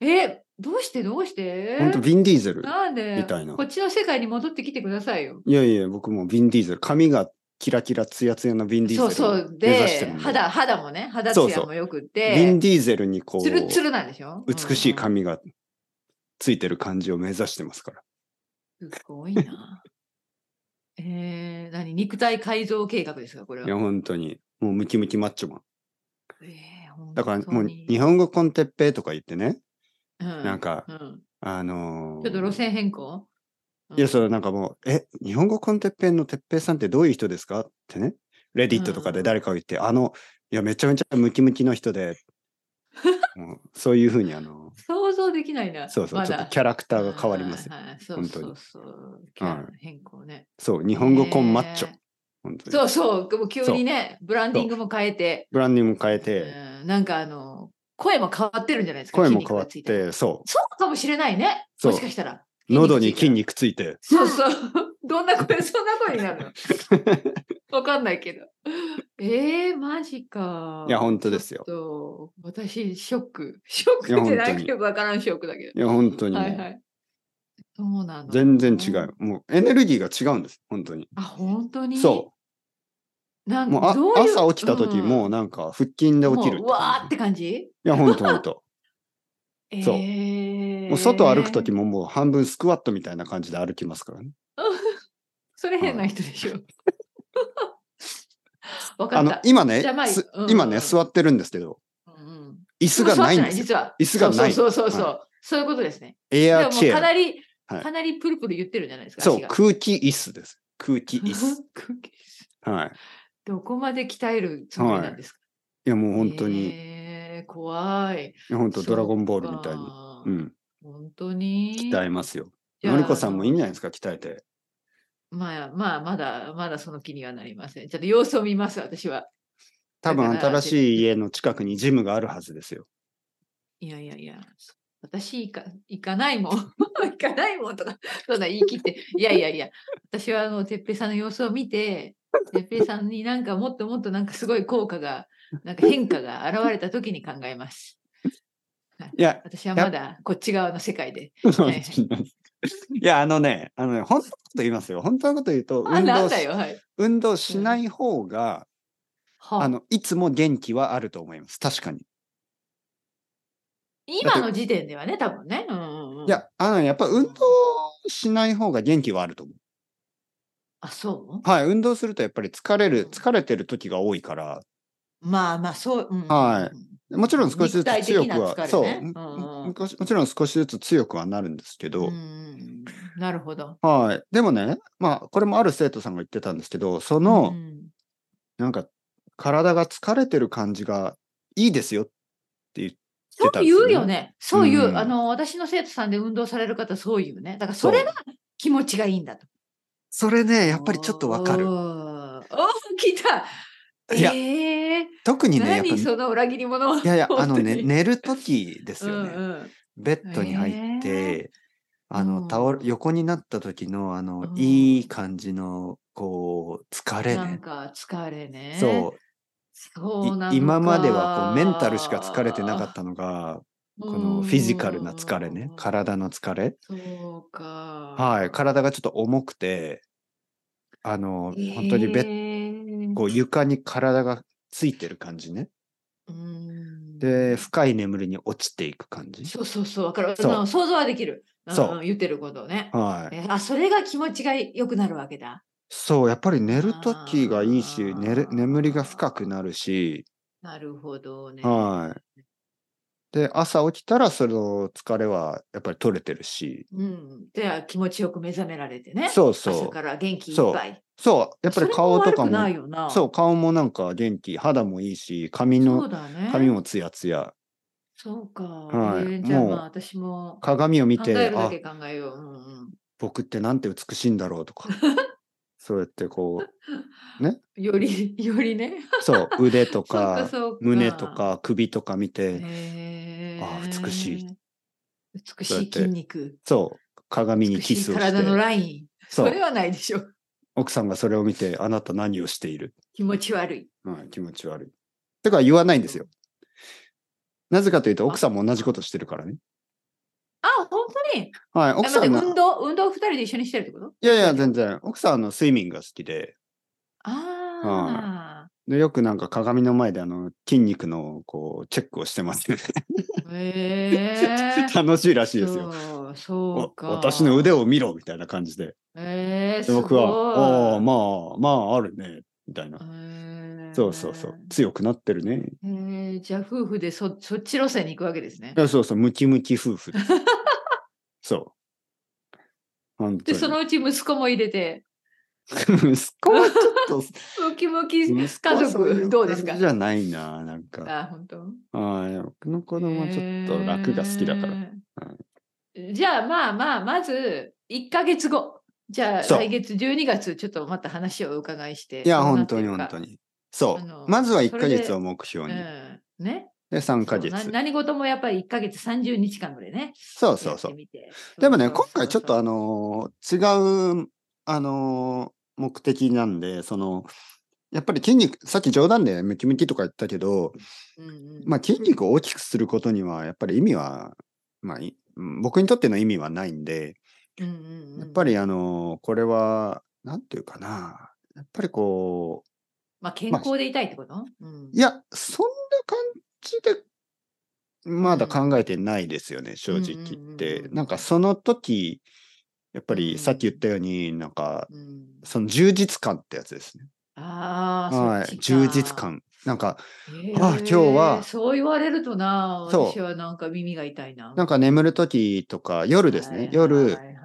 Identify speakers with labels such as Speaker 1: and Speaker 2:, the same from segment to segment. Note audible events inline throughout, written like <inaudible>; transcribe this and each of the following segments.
Speaker 1: え、どうしてどうして
Speaker 2: 本当ヴィン・ディーゼル。
Speaker 1: なんで
Speaker 2: みたいな
Speaker 1: こっちの世界に戻ってきてくださいよ。
Speaker 2: いやいや、僕もヴィン・ディーゼル。髪がキラキラツヤツヤのヴィン・ディ
Speaker 1: そ
Speaker 2: ー
Speaker 1: う
Speaker 2: ゼル
Speaker 1: そ
Speaker 2: を
Speaker 1: う。
Speaker 2: 目指し
Speaker 1: で
Speaker 2: てるん、で。
Speaker 1: 肌、肌もね、肌
Speaker 2: そう
Speaker 1: ツ
Speaker 2: そう
Speaker 1: ヤもよくっ
Speaker 2: ヴィン・
Speaker 1: て、
Speaker 2: ディーゼルにこ
Speaker 1: ツルツ
Speaker 2: う、
Speaker 1: ルなんでしょ
Speaker 2: 美しい。
Speaker 1: うん
Speaker 2: 髪がついてる感じを目指してますから。
Speaker 1: すごいな。えー、何肉体改造計画ですかこれ
Speaker 2: いや、
Speaker 1: は。
Speaker 2: 本当に。もうムキムキマッチョマン。
Speaker 1: えー本当に
Speaker 2: だからもう日本語コンテッペイとか言ってね、
Speaker 1: うん
Speaker 2: なんか、
Speaker 1: うん
Speaker 2: あのー
Speaker 1: ちょっと路線変更
Speaker 2: いや、それなんかもう、え、日本語コンテッペイのてっぺいさんってどういう人ですかってね、レディットとかで誰かを言って、あの、いや、めちゃめちゃムキムキの
Speaker 1: <laughs>
Speaker 2: 人で、もうそういうふうに、あの、
Speaker 1: 想像できないな。
Speaker 2: そうそう、
Speaker 1: ま
Speaker 2: ちょっと
Speaker 1: だ
Speaker 2: キャラクターが変わりますよ。
Speaker 1: はいはいはいそう
Speaker 2: 本当
Speaker 1: そ
Speaker 2: に
Speaker 1: うそう。キャラの変更ね。
Speaker 2: そう、日本語コンマッチョ
Speaker 1: ね。
Speaker 2: 本当に
Speaker 1: そうそう。もう急にね、ブランディングも変えて、
Speaker 2: ブランディングも変えて、
Speaker 1: うんなんかあの、声も変わってるんじゃないですか。
Speaker 2: 声も変わっ
Speaker 1: 筋肉がついる。
Speaker 2: て、そ
Speaker 1: そうかもしれないね。
Speaker 2: そう
Speaker 1: もしかしたら。
Speaker 2: う、喉に筋肉ついて、
Speaker 1: そうそう。 <laughs> どんな声、そんな声になる
Speaker 2: <laughs>
Speaker 1: のわかんないけど。えー、マジか。
Speaker 2: いや本当ですよ
Speaker 1: ちょっと。私、ショック。ショック
Speaker 2: いや
Speaker 1: じゃな
Speaker 2: 本当
Speaker 1: く
Speaker 2: に
Speaker 1: てわからんショックだけ
Speaker 2: いや、本当に
Speaker 1: ど。
Speaker 2: も
Speaker 1: はいは
Speaker 2: う、
Speaker 1: い。そうなの。
Speaker 2: 全然違う。。もうエネルギーが違うんです、本当に。
Speaker 1: あ、本当に。
Speaker 2: そう
Speaker 1: なん
Speaker 2: う。もうあ
Speaker 1: どういう
Speaker 2: 朝起きた時、もうなんか腹筋で
Speaker 1: うん
Speaker 2: 起きるっ
Speaker 1: も
Speaker 2: て
Speaker 1: ううわーっ
Speaker 2: 感じ。
Speaker 1: て感じ
Speaker 2: いや、本当本当。そう
Speaker 1: えー
Speaker 2: もう外歩くときももう半分スクワットみたいな感じで歩きますからね。
Speaker 1: それ変な人でしょ。 <laughs> わか
Speaker 2: あ
Speaker 1: っ
Speaker 2: の
Speaker 1: た。
Speaker 2: 今ね
Speaker 1: じゃあまあ、
Speaker 2: す
Speaker 1: うん
Speaker 2: 今ね、座ってるんですけど、
Speaker 1: うんうん
Speaker 2: 椅子がないん
Speaker 1: 座って
Speaker 2: ですよ。
Speaker 1: 実は。
Speaker 2: 椅子がない
Speaker 1: そうそうそうそう。そういうことですね。
Speaker 2: エ
Speaker 1: でも
Speaker 2: アー
Speaker 1: も
Speaker 2: チ
Speaker 1: う
Speaker 2: ェ
Speaker 1: かな
Speaker 2: ア。
Speaker 1: り、
Speaker 2: はい
Speaker 1: かなりプルプル言ってるじゃないですか。
Speaker 2: そう
Speaker 1: 足、が
Speaker 2: 空気椅子です。空気
Speaker 1: <laughs>
Speaker 2: 椅子。はい。
Speaker 1: どこまで鍛えるつもりなんですか、
Speaker 2: いや、もう本当に、い
Speaker 1: えー怖い。
Speaker 2: や本
Speaker 1: そ
Speaker 2: 当
Speaker 1: うか
Speaker 2: ドラゴンボールみたいに。
Speaker 1: あー
Speaker 2: うん。
Speaker 1: 本当に。
Speaker 2: 鍛えますよ。
Speaker 1: じゃあ
Speaker 2: のりこさんもいいんじゃないですか、鍛えて。
Speaker 1: まあまあ、まだ、まだその気にはなりません。ちょっと様子を見ます、私は。
Speaker 2: 多分
Speaker 1: だから
Speaker 2: 新しい家の近くにジムがあるはずですよ。
Speaker 1: いやいやいや、私行か行かないもん、 <laughs> 行かないもんとか、そんな言い切って、いやいやいや、私はあの、てっぺいさんの様子を見て、てっぺいさんになんかもっともっとなんかすごい効果が、なんか変化が現れた時に考えます。
Speaker 2: いや、
Speaker 1: 私はまだこっち側の世界で。いはい
Speaker 2: <laughs> いや、あのね、あのね、本当のこと言いますよ。本当のこと言うと、
Speaker 1: あ、
Speaker 2: 運
Speaker 1: なん
Speaker 2: 動
Speaker 1: だ
Speaker 2: し
Speaker 1: よ、はい。
Speaker 2: 運動しない方が、
Speaker 1: は
Speaker 2: あの、いつも元気はあると思います。確かに。
Speaker 1: 今の時点ではね、多分ね。うんうんうん、
Speaker 2: いや、あの、やっぱ運動しない方が元気はあると思
Speaker 1: あ、そう
Speaker 2: う。はい、運動するとやっぱり疲れ
Speaker 1: うん
Speaker 2: る、疲れてる時が多いから、
Speaker 1: まあまあ、そう。うんうんうん
Speaker 2: はもちろん少しずつ強く
Speaker 1: 肉体的な
Speaker 2: は、
Speaker 1: 疲れね
Speaker 2: そう、
Speaker 1: うんうん
Speaker 2: ももちろん少しずつ強くはなるんですけ
Speaker 1: うん
Speaker 2: ど、
Speaker 1: うんなるほど。
Speaker 2: はい。でもね、まあ、これもある生徒さんが言ってたんですけど、その、
Speaker 1: うん
Speaker 2: なんか、体が疲れてる感じがいいですよって言って
Speaker 1: そう
Speaker 2: たんです
Speaker 1: 言
Speaker 2: よね
Speaker 1: うよね。そういう、
Speaker 2: うん
Speaker 1: あの、私の生徒さんで運動される方、そう言うね。だから、それが気持ちがいいんだと。
Speaker 2: それね、やっぱりちょっとわ
Speaker 1: お
Speaker 2: かる。
Speaker 1: ーおー、来た。
Speaker 2: いや
Speaker 1: ええ
Speaker 2: 特にね、やっぱ
Speaker 1: 何
Speaker 2: り、
Speaker 1: その裏切り者は。
Speaker 2: いやいや、あの
Speaker 1: 本当
Speaker 2: ね、
Speaker 1: に
Speaker 2: 寝る時ですよね。
Speaker 1: うんうん
Speaker 2: ベッドに入って、
Speaker 1: へ
Speaker 2: あ
Speaker 1: うん
Speaker 2: の倒れ横になった時のあの、
Speaker 1: うん
Speaker 2: いい感じのこう疲れ
Speaker 1: なん
Speaker 2: ね。
Speaker 1: か疲れね。
Speaker 2: そう
Speaker 1: そうなのか
Speaker 2: い今まではこうメンタルしか疲れてなかったのがこのフィジカルな疲れ
Speaker 1: う
Speaker 2: ね
Speaker 1: ん
Speaker 2: 体の疲れ
Speaker 1: そうか。
Speaker 2: はい体がちょっと重くてあの本当にベッ
Speaker 1: ッ
Speaker 2: こう床に体がついてる感じね
Speaker 1: うん
Speaker 2: で深い眠りに落ちていく感じ
Speaker 1: そうそうそう、わかる。
Speaker 2: そう
Speaker 1: うん想像はできる。ん
Speaker 2: そう
Speaker 1: 言ってることをね。
Speaker 2: はい
Speaker 1: えあ、それが気持ちが良くなるわけだ。
Speaker 2: そうやっぱり寝る時がいいし寝る
Speaker 1: あー
Speaker 2: 眠りが深くなるし
Speaker 1: なるほどね。
Speaker 2: はい。で、朝起きたらその疲れはやっぱり取れてるし、
Speaker 1: うん。では気持ちよく目覚められてね。
Speaker 2: そうそう
Speaker 1: 朝から元気いっ
Speaker 2: そう
Speaker 1: ぱい。
Speaker 2: そう、やっぱり顔とか
Speaker 1: それも悪くない
Speaker 2: も、
Speaker 1: よな。
Speaker 2: そう、顔もなんか元気、肌もいいし、髪
Speaker 1: そう
Speaker 2: の、
Speaker 1: だね。
Speaker 2: 髪もツヤツヤ。
Speaker 1: そうか。
Speaker 2: はい
Speaker 1: えーじゃあ
Speaker 2: もう
Speaker 1: まあ私も考
Speaker 2: 鏡を見
Speaker 1: え
Speaker 2: て、
Speaker 1: るだ
Speaker 2: あ、
Speaker 1: け考えよう。うんうん
Speaker 2: 僕ってなんて美しいんだろう
Speaker 1: <laughs>
Speaker 2: とか、そうやってこう、
Speaker 1: より、 <laughs> よりね。
Speaker 2: そう、腕
Speaker 1: <laughs>
Speaker 2: と
Speaker 1: そうか
Speaker 2: か、
Speaker 1: そうか。
Speaker 2: 胸と。か首とか見て、
Speaker 1: へー
Speaker 2: あー美しい。
Speaker 1: 美
Speaker 2: そう
Speaker 1: し
Speaker 2: やっ
Speaker 1: い
Speaker 2: て
Speaker 1: 筋肉。
Speaker 2: そう、鏡に
Speaker 1: 美し
Speaker 2: キ
Speaker 1: い
Speaker 2: スをし
Speaker 1: 体の
Speaker 2: て、
Speaker 1: ライン。
Speaker 2: そ
Speaker 1: そうれ、はないでしょ。
Speaker 2: 奥さんがそれを見て、あなた何をしている
Speaker 1: 気持ち悪い。
Speaker 2: はい、気持ち悪い。とか言わないんですよ。なぜかというと、奥さんも同じことしてるからね。
Speaker 1: あ、本当に
Speaker 2: はい、
Speaker 1: え
Speaker 2: 奥
Speaker 1: 待っ
Speaker 2: さ
Speaker 1: て
Speaker 2: ん
Speaker 1: 運
Speaker 2: の、
Speaker 1: 動、運動二人で一緒にしてるってこと
Speaker 2: いやいや、全然、奥さんあのスイミングが好きで、
Speaker 1: ああ。
Speaker 2: でよくなんか鏡の前であの筋肉のこうチェックをしてますよね。
Speaker 1: へえ
Speaker 2: <laughs> 楽しいらしいですよ。
Speaker 1: そう、そう
Speaker 2: お
Speaker 1: か。
Speaker 2: 私の腕を見ろみたいな感じで。
Speaker 1: えー、
Speaker 2: で僕は、ああ、まあ、まあ、あるね、みたいな。そうそうそう。強くなってるね。
Speaker 1: えー、じゃあ夫婦でそそっち路線に行くわけですね
Speaker 2: い。やそうそう、ムキムキ夫
Speaker 1: <laughs>
Speaker 2: 婦です。そう。本当
Speaker 1: で
Speaker 2: に
Speaker 1: そのうち息子も入れて
Speaker 2: <laughs> 息子はちょっと、
Speaker 1: ムキムキ
Speaker 2: 息子は
Speaker 1: 家族
Speaker 2: そういう
Speaker 1: どうですか
Speaker 2: 感じじゃないな、なんか。
Speaker 1: あ本当
Speaker 2: はい。僕の子供はちょっと楽が好きだから。
Speaker 1: えーじゃあまあまあまず1か月後じゃあ
Speaker 2: そう
Speaker 1: 来月12月ちょっとまた話をお伺いして
Speaker 2: いや、
Speaker 1: どうな
Speaker 2: 本
Speaker 1: って
Speaker 2: 当
Speaker 1: い
Speaker 2: に
Speaker 1: くか
Speaker 2: 本当に。そ
Speaker 1: あの
Speaker 2: う。まずは1
Speaker 1: そ
Speaker 2: ヶ
Speaker 1: れで
Speaker 2: 月を目標に。
Speaker 1: うん、ね
Speaker 2: で、3ヶ
Speaker 1: そうな
Speaker 2: 月。
Speaker 1: 何事もやっぱり1か月30日間ぐらいね
Speaker 2: そうそうそう
Speaker 1: やって。みて
Speaker 2: でもね、
Speaker 1: そうそう
Speaker 2: 今回ちょっと
Speaker 1: そう
Speaker 2: あのー違う、あのー目的なんで、その、やっぱり筋肉、さっき冗談でムキムキとか言ったけど、
Speaker 1: そううんうん
Speaker 2: まあ筋肉を大きくすることには、やっぱり意味は、まあいうん僕にとっての意味はないんで、
Speaker 1: うんうんうん
Speaker 2: やっぱりあのーこれは、なんていうかな、やっぱりこ
Speaker 1: まあ、健康でいたいってこと、うん
Speaker 2: う、いや、そんな感じで、まだ考えてないですよね、正直言
Speaker 1: う
Speaker 2: っ
Speaker 1: んうんうん
Speaker 2: て。
Speaker 1: うん
Speaker 2: なんかその時、やっぱ
Speaker 1: うんう
Speaker 2: り
Speaker 1: ん
Speaker 2: さっき言ったように、なんか
Speaker 1: うん
Speaker 2: その充実感ってやつですね。
Speaker 1: ああ、
Speaker 2: は
Speaker 1: そっち
Speaker 2: い。
Speaker 1: か
Speaker 2: 充実。感。なんか、
Speaker 1: へ
Speaker 2: ああ今日は
Speaker 1: えそう言われるとな、
Speaker 2: そう
Speaker 1: 私はなんか耳が痛いな。
Speaker 2: なんか眠る時とか、夜ですね。
Speaker 1: はい
Speaker 2: 夜
Speaker 1: は、いはい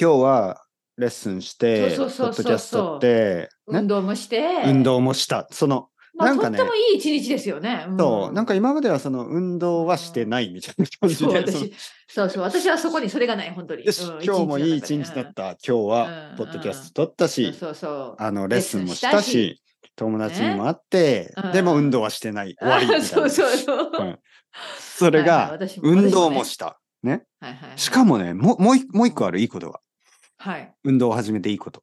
Speaker 2: 今日はレッスンして、ポ
Speaker 1: そうそうそうそう
Speaker 2: ッドキャストって、
Speaker 1: 運
Speaker 2: ね、
Speaker 1: 動もして、
Speaker 2: 運動もした。その、
Speaker 1: まあ、
Speaker 2: なんかね
Speaker 1: とってもいい一日ですよね。ん
Speaker 2: そう、なんか今まではその運動はしてないみたいな感じ
Speaker 1: そう
Speaker 2: で、その
Speaker 1: 私、そうそう、私はそこにそれがない、本当に。
Speaker 2: よし、
Speaker 1: うん
Speaker 2: 今日もいい一日だっ。た。今日
Speaker 1: う
Speaker 2: は
Speaker 1: ん、
Speaker 2: ポッドキャスト撮った
Speaker 1: 一日の中でうん
Speaker 2: し、
Speaker 1: そうそう。
Speaker 2: あの、レッスンもし
Speaker 1: レ
Speaker 2: た
Speaker 1: ッスンし
Speaker 2: し、友達にも会って
Speaker 1: うん、
Speaker 2: でも運動はしてない。終わりみたい
Speaker 1: あ <laughs>
Speaker 2: な。
Speaker 1: そうそうそう。
Speaker 2: はいそれ
Speaker 1: は
Speaker 2: が
Speaker 1: い、はい私
Speaker 2: 運動も
Speaker 1: 私
Speaker 2: した。
Speaker 1: ねはいはいはい
Speaker 2: しかもね、もう、もう一もう一個ある、いいことが。
Speaker 1: はい。
Speaker 2: 運動を始めていいこと。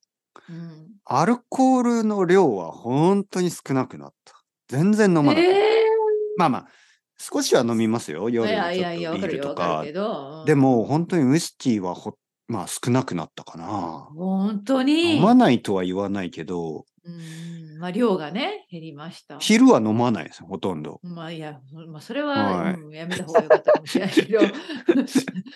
Speaker 1: うん
Speaker 2: アルコールの量は本当に少なくなった。全然飲まない。
Speaker 1: え
Speaker 2: まあまあ、少しは飲みます
Speaker 1: ー
Speaker 2: よ。夜
Speaker 1: い
Speaker 2: にちょっ
Speaker 1: や
Speaker 2: と
Speaker 1: いやい
Speaker 2: ビ
Speaker 1: や、わかる
Speaker 2: ール
Speaker 1: よ、
Speaker 2: と
Speaker 1: わか
Speaker 2: か
Speaker 1: るけ。ど。うん
Speaker 2: でも、本当にウイスキーはほ、まあ少なくなったかな。
Speaker 1: 本当に。
Speaker 2: 飲まないとは言わないけど、
Speaker 1: うん、まあ量がね、減りました。
Speaker 2: 昼は飲まないですよ、ほとんど。
Speaker 1: まあいや、まあそれは、
Speaker 2: はい
Speaker 1: うんやめた方が良かったかもしれないけ
Speaker 2: <laughs>
Speaker 1: ど、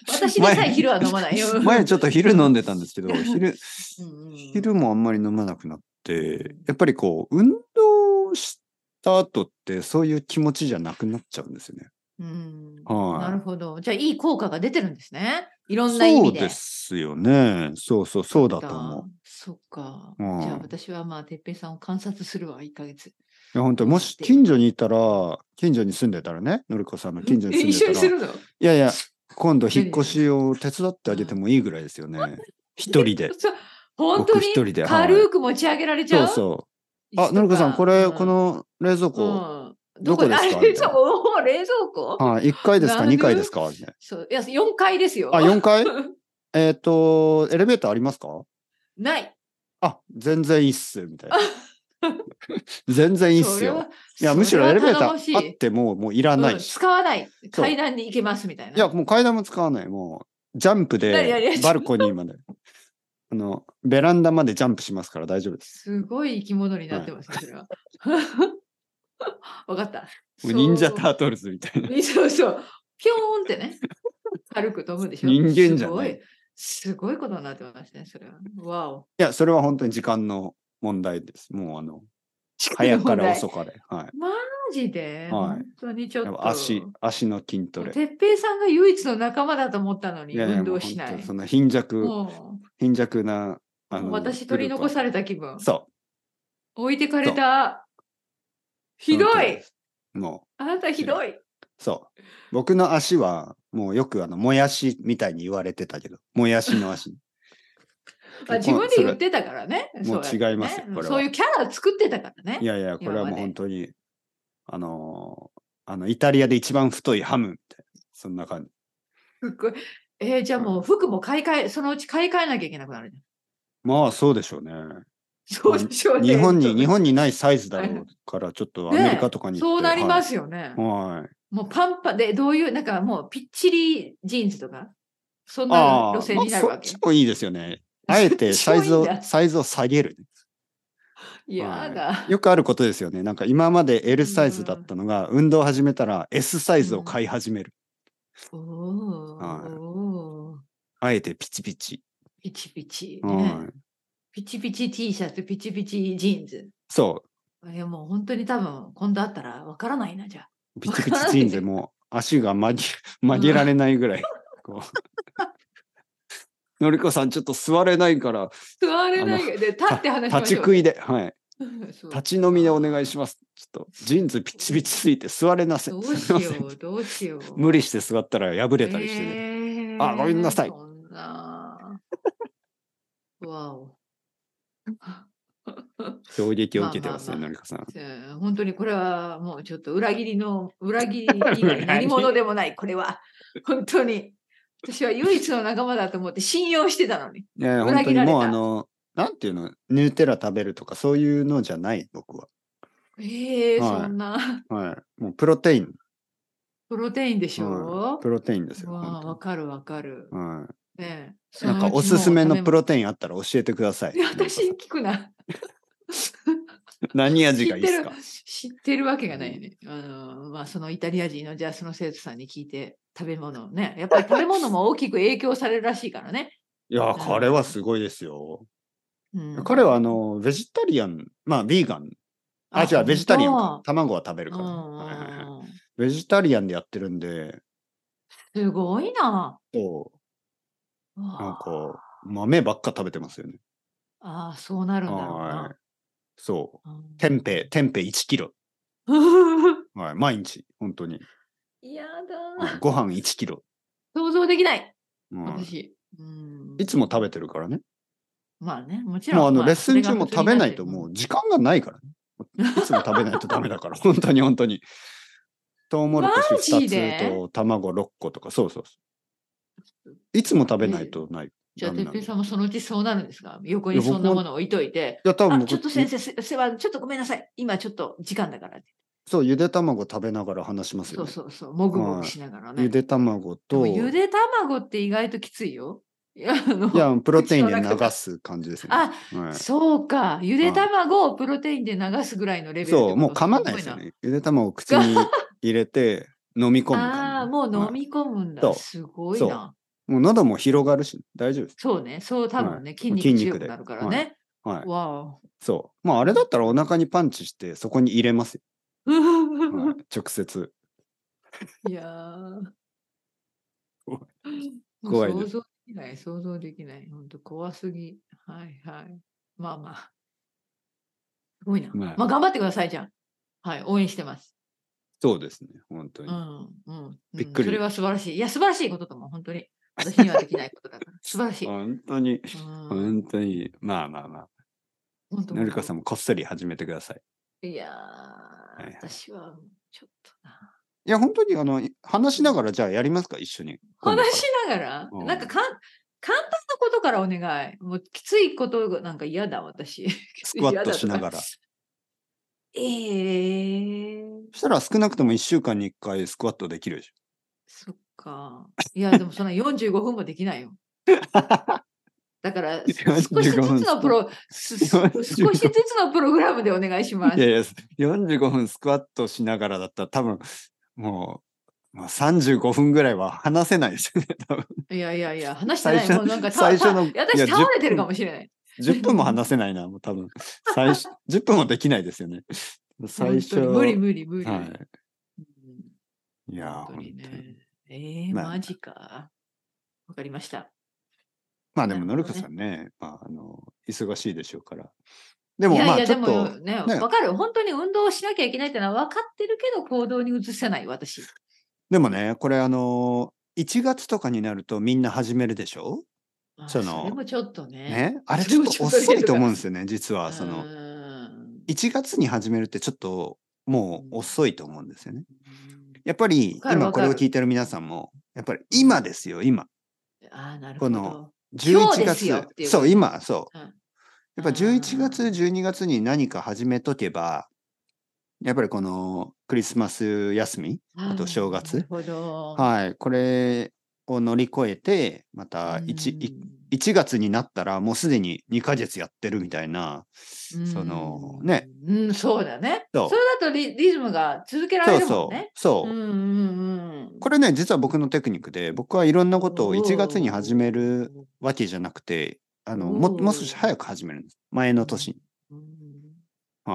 Speaker 1: 私でさえ昼は飲まないよ。
Speaker 2: 前ちょっと昼飲んでたんですけど、昼、
Speaker 1: うんうん
Speaker 2: 昼もあんまり飲まなくなって、やっぱりこう、運動した後ってそういう気持ちじゃなくなっちゃうんですよね。
Speaker 1: うん
Speaker 2: はい
Speaker 1: なるほど。じゃあいい効果が出てるんですね。いろんな意
Speaker 2: そう
Speaker 1: 味で。
Speaker 2: ですよね。そうそう、そうだと思う。
Speaker 1: そっか。
Speaker 2: うん
Speaker 1: じゃあ私はまあ、てっぺいさんを観察するわ、1ヶ月。
Speaker 2: いや、本当もし近所にいたら、近所に住んでたらね、のりこさんの近所に
Speaker 1: え <laughs> 一
Speaker 2: 住
Speaker 1: 緒
Speaker 2: ん
Speaker 1: に
Speaker 2: でた
Speaker 1: す
Speaker 2: ら、い
Speaker 1: るの
Speaker 2: やいや、今度引っ越しを手伝ってあげてもいいぐらいですよね。一人で。
Speaker 1: <laughs> そう本当
Speaker 2: 僕
Speaker 1: に
Speaker 2: 一人ではい
Speaker 1: 軽く持ち上げられちゃ
Speaker 2: そう
Speaker 1: う。
Speaker 2: そうう。あ、のりこさん、これ、こ
Speaker 1: の
Speaker 2: の冷蔵庫、
Speaker 1: うん、どこで
Speaker 2: どこ
Speaker 1: あ
Speaker 2: ですか
Speaker 1: 冷蔵庫おー冷蔵庫
Speaker 2: はい、1階ですか、
Speaker 1: なんで
Speaker 2: 2階ですかみたいな
Speaker 1: そういや4階ですよ。
Speaker 2: あ、4階
Speaker 1: <laughs>
Speaker 2: えっと、エレベーターありますか
Speaker 1: ない。
Speaker 2: あ、全然いいっす、みた
Speaker 1: <laughs>
Speaker 2: いな。全然いいっ
Speaker 1: そ
Speaker 2: す
Speaker 1: れ
Speaker 2: よ
Speaker 1: は。
Speaker 2: いや、むしろエレベーターあ
Speaker 1: い
Speaker 2: っても、もういらない
Speaker 1: うん、
Speaker 2: し。
Speaker 1: 使わない。階段で行けますみたいな。
Speaker 2: いや、もう階段も使わない。もう、ジャンプ
Speaker 1: 何何
Speaker 2: で、バルコニーまで。あの、ベランダまでジャンプしますから大丈夫です。
Speaker 1: すごい生き物になってますね、それは。 <laughs> わかった。
Speaker 2: もう忍者タ
Speaker 1: ー
Speaker 2: ートルズみたいな。
Speaker 1: <laughs> そうそう。ピョーンってね。軽く飛ぶんでしょ。
Speaker 2: 人間じゃない
Speaker 1: すごい。すごいことになってますね、それは。わお。
Speaker 2: いや、それは本当に時間の問題です。もう、あの、早か
Speaker 1: 問題
Speaker 2: れ遅かれ。はい。
Speaker 1: マジで、
Speaker 2: はい
Speaker 1: 本当にちょっ
Speaker 2: やっ
Speaker 1: と。
Speaker 2: ぱ足、足の筋トレ。
Speaker 1: 哲平さんが唯一の仲間だと思ったのに、
Speaker 2: いやいや
Speaker 1: 運
Speaker 2: も
Speaker 1: 動
Speaker 2: う本
Speaker 1: しな
Speaker 2: 当
Speaker 1: い
Speaker 2: に。その貧弱、
Speaker 1: も
Speaker 2: 貧弱な、あ
Speaker 1: う
Speaker 2: の、
Speaker 1: 私取り残された気分。
Speaker 2: そう。
Speaker 1: 置いてかれた。ひど
Speaker 2: その通り
Speaker 1: い
Speaker 2: ですも
Speaker 1: あなたひどい。
Speaker 2: う、そう。僕の足は、もうよくあの、もやしみたいに言われてたけど、もやしの
Speaker 1: <laughs>
Speaker 2: 足。
Speaker 1: まあ、自分で言ってたからね。
Speaker 2: も
Speaker 1: そうや
Speaker 2: う
Speaker 1: ってね
Speaker 2: 違いますよこれは
Speaker 1: うんそういうキャラ作ってたから
Speaker 2: い
Speaker 1: ね。
Speaker 2: やいや、これは
Speaker 1: 今ま
Speaker 2: もう
Speaker 1: で
Speaker 2: 本当に、あのーあの、イタリアで一番太いハムみたいな、そんな感じ。
Speaker 1: すっごい。えーじゃあもう服も買い替え、そのうち買い替えなきゃいけなくなるじゃん。
Speaker 2: まあ、そうでしょうね。
Speaker 1: そうでしょうね。
Speaker 2: 日本に、日
Speaker 1: に
Speaker 2: 本にないサイズだろうから、ちょっとアメリカとかに行って、
Speaker 1: そうなりますよね。
Speaker 2: はい。はい。
Speaker 1: もうパンパンで、どういう、なんかもうぴっちりジーンズとか、そん
Speaker 2: あ
Speaker 1: な
Speaker 2: あ、
Speaker 1: 路線
Speaker 2: まあ
Speaker 1: になるわけ
Speaker 2: そ。そういいですよね。あえ
Speaker 1: <laughs>
Speaker 2: てサイズ
Speaker 1: そういいん
Speaker 2: を、
Speaker 1: だ
Speaker 2: サイズを下げる。
Speaker 1: いやだ、
Speaker 2: よくあることですよね。なんか今まで L サイズだったのが、運動を始めたら S サイズを買い始める。
Speaker 1: お
Speaker 2: はい
Speaker 1: おー。
Speaker 2: あえてピチピチ。
Speaker 1: ピチピチ、ね
Speaker 2: はい
Speaker 1: ピチピチ T シャツ、ピチピチジーンズ。
Speaker 2: そ
Speaker 1: いやもう本当に多分今度あったらわからないな、じゃあ。
Speaker 2: う。ピチピチジーンズもう足が曲げ曲げられないぐらい。こうのりこさん、ちょっと座れないから、
Speaker 1: 座れないよ。で、立って話し
Speaker 2: 立
Speaker 1: ま
Speaker 2: ち
Speaker 1: しょう。
Speaker 2: 食いで、はい。
Speaker 1: <laughs> そう
Speaker 2: 立ち飲みでお願いします。ちょっと、ジーンズピチピチすぎて座れなせ。
Speaker 1: どうし
Speaker 2: すいません
Speaker 1: よう、どうしよう。
Speaker 2: 無理して座ったら破れたりしてね、
Speaker 1: え
Speaker 2: あごめんなさい
Speaker 1: そんな。わお。 <laughs>
Speaker 2: 衝撃を受けてますね、
Speaker 1: まあまあまあ
Speaker 2: のりこさん。
Speaker 1: じゃあ本当にこれはもうちょっと裏切りの裏切り
Speaker 2: <laughs>
Speaker 1: 以外何者でもないこれは本当に私は唯一の仲間だと思って信用してたのに
Speaker 2: いやいや、
Speaker 1: 裏
Speaker 2: 本当
Speaker 1: 切
Speaker 2: に
Speaker 1: られた
Speaker 2: もうあの、なんていうの、ヌーテラ食べるとかそういうのじゃない、僕は。
Speaker 1: ええ
Speaker 2: はい
Speaker 1: そんな
Speaker 2: はい。もうプロテイン。
Speaker 1: プロテインでし
Speaker 2: は
Speaker 1: ょ
Speaker 2: い、プロテインですよ。
Speaker 1: わあわ
Speaker 2: 本
Speaker 1: かるわかる
Speaker 2: 当には
Speaker 1: ね
Speaker 2: い、なんかおすすめのプ
Speaker 1: ロ
Speaker 2: ロテインあったら教えてください。
Speaker 1: 私聞くな
Speaker 2: 何味
Speaker 1: 知
Speaker 2: が
Speaker 1: っ
Speaker 2: いいで
Speaker 1: て
Speaker 2: す
Speaker 1: る
Speaker 2: か
Speaker 1: 知ってるわけがないね。あのまあ、そのイタリア人のじゃあその生徒さんに聞いて食べ物をね。やっぱり食べ物も大きく影響されるらしいからね。
Speaker 2: いや、彼はすごいですよ。
Speaker 1: うん
Speaker 2: 彼はあの、ベジタリアン、まあ、ビーガン。あ、違う、ベジタリアンか。。卵は食べる
Speaker 1: 本
Speaker 2: か
Speaker 1: 当
Speaker 2: ら。
Speaker 1: う
Speaker 2: はいはいはい
Speaker 1: んうんうん
Speaker 2: ベジタリアンでやってるんで、
Speaker 1: すごいな。
Speaker 2: そう
Speaker 1: わあ
Speaker 2: なんか、豆ばっか食べてますよね。
Speaker 1: ああ、そうなるんだろう
Speaker 2: は
Speaker 1: な。
Speaker 2: い。そう。
Speaker 1: うん
Speaker 2: テンペ、テンペ1キロ。はい、毎日、本当に。
Speaker 1: い <laughs> や
Speaker 2: はい
Speaker 1: だ。
Speaker 2: ご飯1キロ。
Speaker 1: 想像できない。
Speaker 2: うん
Speaker 1: 私。うん
Speaker 2: いつも食べてるからね。
Speaker 1: まあね、もちろん。
Speaker 2: もうあの、
Speaker 1: ま
Speaker 2: レッスン中も食べないと
Speaker 1: 思
Speaker 2: もう時間がないからね。
Speaker 1: <laughs>
Speaker 2: いつも食べないとダメだから、本当に本当に。トウモロコ
Speaker 1: マ
Speaker 2: シ
Speaker 1: ジで
Speaker 2: 2つと卵6個とか、そうそうそう。いつも食べないとない。
Speaker 1: じゃあ、
Speaker 2: ダ
Speaker 1: て
Speaker 2: メ
Speaker 1: っ
Speaker 2: なの
Speaker 1: ぺ
Speaker 2: い
Speaker 1: いさんもそのうちそうなるんですか横
Speaker 2: い
Speaker 1: に
Speaker 2: や僕
Speaker 1: そんな
Speaker 2: は
Speaker 1: ものを置いといて。
Speaker 2: や、多分
Speaker 1: あ
Speaker 2: 僕
Speaker 1: ちょっと先生、す世話、ちょっとごめんなさい。今ちょっと時間だからって。
Speaker 2: そう、ゆで卵食べながら話します
Speaker 1: そ
Speaker 2: よ
Speaker 1: う
Speaker 2: ね。
Speaker 1: そうそう、もぐも
Speaker 2: は
Speaker 1: ぐ
Speaker 2: い
Speaker 1: しながらね。
Speaker 2: ゆで卵
Speaker 1: でも
Speaker 2: と、
Speaker 1: ゆ
Speaker 2: い
Speaker 1: で卵って意外ときついよ。いや、あの、
Speaker 2: や、プロテインで流す感じですね。
Speaker 1: あ、
Speaker 2: はい
Speaker 1: そうか。ゆで卵をプロテインで流すぐらいのレベルってこと。
Speaker 2: そう、もう噛まないですよ
Speaker 1: ご
Speaker 2: ね。ゆで卵を口に入れて飲み込
Speaker 1: い
Speaker 2: む
Speaker 1: な。あ <laughs> あー、
Speaker 2: 感じ。
Speaker 1: もう
Speaker 2: は
Speaker 1: 飲
Speaker 2: い
Speaker 1: み込むんだ。
Speaker 2: そう
Speaker 1: すごい
Speaker 2: そう
Speaker 1: な。
Speaker 2: もう喉も広がるし、大丈夫です。
Speaker 1: そうね。そう多分ね、筋
Speaker 2: もう
Speaker 1: 肉
Speaker 2: 筋
Speaker 1: 強く
Speaker 2: 肉で
Speaker 1: なるからね。
Speaker 2: はい。
Speaker 1: わ
Speaker 2: そう。まあ、あれだったらお腹にパンチして、そこに入れますよ。
Speaker 1: お。
Speaker 2: はい直接。
Speaker 1: いやー
Speaker 2: <laughs> 怖
Speaker 1: <laughs> もう
Speaker 2: い怖いで
Speaker 1: 想
Speaker 2: す
Speaker 1: 像できない、想像できない。本当怖すぎ。はいはい。まあまあ。すごいな。
Speaker 2: まあ
Speaker 1: まあ頑張ってくださいじゃん。はい、応援してます。
Speaker 2: そうですね。本当
Speaker 1: う
Speaker 2: に。
Speaker 1: んうん、うん。
Speaker 2: びっくり
Speaker 1: それは素晴らしい。いや、素晴らしいことだもん、本当に。私にはできないことだから。素晴ら
Speaker 2: <laughs>
Speaker 1: しい。
Speaker 2: 本当に、
Speaker 1: うん、
Speaker 2: 本当に。まあまあま
Speaker 1: 本
Speaker 2: あ。
Speaker 1: 当
Speaker 2: のりこさん
Speaker 1: も。
Speaker 2: もこっそり始めてください。
Speaker 1: いやー、
Speaker 2: いはい
Speaker 1: 私はちょっとな。
Speaker 2: いや、本当に、あの、い話しながら、じゃあやりますか、一緒に。今度から
Speaker 1: 話しながら、
Speaker 2: うん
Speaker 1: なんかかん簡単なことからお願い。もうきついことがなんか嫌だ、私。
Speaker 2: スクワットしながら。
Speaker 1: ええー、
Speaker 2: そしたら少なくとも1週間に1回スクワットできるでしょ。
Speaker 1: そっか。いや、でもそんな45分もできないよ。だ
Speaker 2: <laughs>
Speaker 1: から、す少しず
Speaker 2: 45分
Speaker 1: つのプロ、すす
Speaker 2: 45
Speaker 1: 少しずつのプログラムでお願いしま
Speaker 2: いや
Speaker 1: す。
Speaker 2: いや、45分スクワットしながらだったら多分、もう、まあ、35分ぐらいは話せないですよね、 <laughs> 多分。
Speaker 1: いやいやいや、話してない。
Speaker 2: 最初
Speaker 1: もうなんかた
Speaker 2: 最初の
Speaker 1: たいや私
Speaker 2: いや
Speaker 1: 倒れて
Speaker 2: 10
Speaker 1: る
Speaker 2: 分
Speaker 1: かもしれない。
Speaker 2: 10分も話せないな、もう多分。最初、10分もできないです
Speaker 1: <laughs>
Speaker 2: よね。最初。
Speaker 1: 本当に無理無理無理。
Speaker 2: は
Speaker 1: うん
Speaker 2: い。いやー、
Speaker 1: 本当に
Speaker 2: 本当に
Speaker 1: ね。えー、
Speaker 2: まあ
Speaker 1: マジか。わかりました。
Speaker 2: まあでも、
Speaker 1: な
Speaker 2: の
Speaker 1: る
Speaker 2: り
Speaker 1: ほどね
Speaker 2: こさんね、まあ、あの、忙しいでしょうから。でも、
Speaker 1: いやい
Speaker 2: まあ、
Speaker 1: や、
Speaker 2: ち
Speaker 1: で
Speaker 2: ょっ
Speaker 1: も
Speaker 2: と、
Speaker 1: ね、
Speaker 2: ね
Speaker 1: わかる。本当に運動しなきゃいけないってのは分かってるけど、行動に移せない、私。
Speaker 2: でもね、これ、あの、1月とかになるとみんな始めるでしょ
Speaker 1: あ
Speaker 2: その
Speaker 1: れもちょっとね。
Speaker 2: ね。あれ、
Speaker 1: それ
Speaker 2: ちょ
Speaker 1: も
Speaker 2: っと
Speaker 1: ちょっとあ
Speaker 2: 遅
Speaker 1: れと
Speaker 2: い
Speaker 1: か
Speaker 2: と思うんですよね、実は、そうの、
Speaker 1: ーん
Speaker 2: 1月に始めるってちょっともう遅いと思うんですよね。やっぱり
Speaker 1: わかる
Speaker 2: 今
Speaker 1: わか
Speaker 2: こ
Speaker 1: る
Speaker 2: れを聞いてる皆さんも、やっぱり今ですよ、今。
Speaker 1: ああ、なるほ
Speaker 2: こ
Speaker 1: ど。
Speaker 2: の
Speaker 1: 今日
Speaker 2: 11
Speaker 1: ですよっていう
Speaker 2: 月。そう、今、そう。
Speaker 1: うん
Speaker 2: やっぱ11月、12月に何か始めとけば、やっぱりこのクリスマス休み、
Speaker 1: あー
Speaker 2: あと正月
Speaker 1: なるほど。
Speaker 2: はい、これを乗り越えて、また 1, い1月になったらもうすでに2ヶ月やってるみたいな、
Speaker 1: うん
Speaker 2: そのね。
Speaker 1: うん、そうだね。
Speaker 2: そう
Speaker 1: それだとリリズムが続けら
Speaker 2: そ
Speaker 1: れ
Speaker 2: う
Speaker 1: るも
Speaker 2: そ
Speaker 1: ん
Speaker 2: う
Speaker 1: ね。、
Speaker 2: そう、
Speaker 1: うんうんうん。
Speaker 2: これね、実は僕のテクニックで、僕はいろんなことを1月に始める
Speaker 1: おー
Speaker 2: わけじゃなくて、あの、も、
Speaker 1: おー
Speaker 2: もう少し早く始めるんです。前の年に。
Speaker 1: うん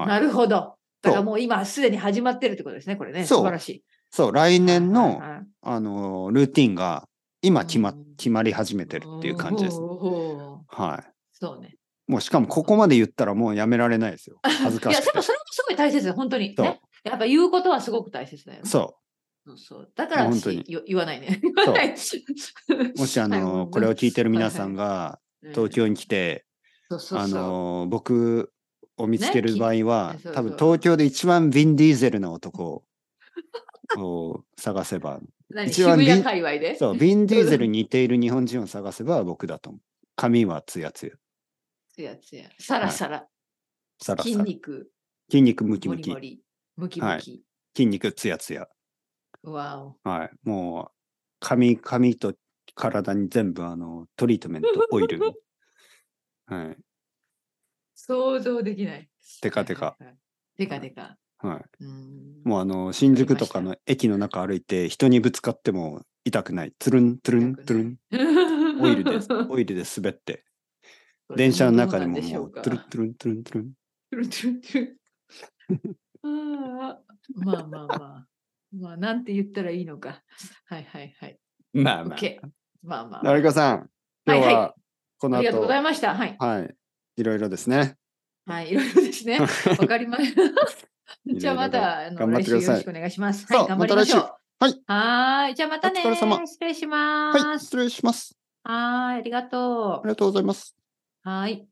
Speaker 2: は。
Speaker 1: ないるほど。だから
Speaker 2: そう
Speaker 1: もう今すでに始まってるってことですね、これね。
Speaker 2: そう
Speaker 1: 素晴らしい。
Speaker 2: そう、来年
Speaker 1: は、
Speaker 2: の
Speaker 1: いはい
Speaker 2: あの、ルーティンが、今決ま、
Speaker 1: うん
Speaker 2: 決まり始めてるっていう感じです。
Speaker 1: おーおー
Speaker 2: は
Speaker 1: そうね。
Speaker 2: い。もうしかもここまで言ったらもうやめられないですよ。恥
Speaker 1: <laughs>
Speaker 2: ず
Speaker 1: い
Speaker 2: か
Speaker 1: や、
Speaker 2: し
Speaker 1: で
Speaker 2: く
Speaker 1: も
Speaker 2: て。
Speaker 1: それもすごい大切だよ、本当に。
Speaker 2: そう
Speaker 1: ね。やっぱ言うことはすごく大切だよね。
Speaker 2: そ
Speaker 1: そうそう。だから
Speaker 2: 本当に
Speaker 1: 私よ言わないね。言わない。
Speaker 2: <laughs> う。もしあの、これを聞いてる皆さんが東京に来て、
Speaker 1: そうそうそう
Speaker 2: あの、僕を見つける
Speaker 1: ね
Speaker 2: 場合は
Speaker 1: きそう、
Speaker 2: 多分
Speaker 1: そう
Speaker 2: 東京で一番ヴィンディーゼル
Speaker 1: <laughs>
Speaker 2: な男をを探せば、
Speaker 1: 何
Speaker 2: 一
Speaker 1: 渋
Speaker 2: 番
Speaker 1: 谷
Speaker 2: り
Speaker 1: 界隈で
Speaker 2: そう、ヴィン・ディーゼルに似ている日本人を探せば僕だと思う。髪はツヤツヤ。
Speaker 1: つやつや。さらさら。
Speaker 2: サラサ
Speaker 1: 筋
Speaker 2: ラ。
Speaker 1: 肉。
Speaker 2: 筋肉ムキ
Speaker 1: も
Speaker 2: ム
Speaker 1: り
Speaker 2: キ
Speaker 1: も。り。ムキ
Speaker 2: は
Speaker 1: ム
Speaker 2: い
Speaker 1: キ。
Speaker 2: 筋肉ツヤツヤ。
Speaker 1: わお。
Speaker 2: はい。もう、髪、髪と体に全部、あの、トリートメント、オイ
Speaker 1: <laughs>
Speaker 2: ル。はい。
Speaker 1: 想像できない。
Speaker 2: テカテカ。
Speaker 1: はいはいはい。テカテカ。
Speaker 2: は
Speaker 1: うん <laughs>
Speaker 2: い。もう、あの、新宿とかの駅の中歩いて、人にぶつかっても痛くない。つるん、つるん、
Speaker 1: 痛くない
Speaker 2: つるん。オイルで、
Speaker 1: <laughs>
Speaker 2: オイルで滑って。
Speaker 1: これ
Speaker 2: 電車の中で
Speaker 1: ど
Speaker 2: も
Speaker 1: なんしょ
Speaker 2: もう、
Speaker 1: か
Speaker 2: つるん、つるん、つるん、つるん。
Speaker 1: トゥルントゥルントゥルン <laughs> あーまあまあまあ。まあ、なんて言ったらいいのか。はいはいはい。
Speaker 2: まあ
Speaker 1: オ
Speaker 2: ま
Speaker 1: ッ
Speaker 2: あ。
Speaker 1: ケー。まあまあ。
Speaker 2: 成川さん、今
Speaker 1: はい
Speaker 2: 日
Speaker 1: はい
Speaker 2: は、この
Speaker 1: ありがとう
Speaker 2: 後
Speaker 1: ご、ざいました。はい。
Speaker 2: はい。いろいろですね。
Speaker 1: はい、いろいろです
Speaker 2: <laughs>
Speaker 1: ね。わかりました。じゃあまた、あの
Speaker 2: 頑張っ
Speaker 1: 来
Speaker 2: て
Speaker 1: 週
Speaker 2: くだ
Speaker 1: よ
Speaker 2: さい
Speaker 1: ろしくお願いします。
Speaker 2: そ
Speaker 1: は
Speaker 2: う
Speaker 1: い、頑張りましょう。
Speaker 2: また来週
Speaker 1: はーい。じゃあまたね
Speaker 2: お疲れ様。
Speaker 1: 失礼しま
Speaker 2: はい、
Speaker 1: す。
Speaker 2: 失礼します。
Speaker 1: はーい、ありがと
Speaker 2: あ
Speaker 1: う
Speaker 2: り。がとうございます。
Speaker 1: はーい。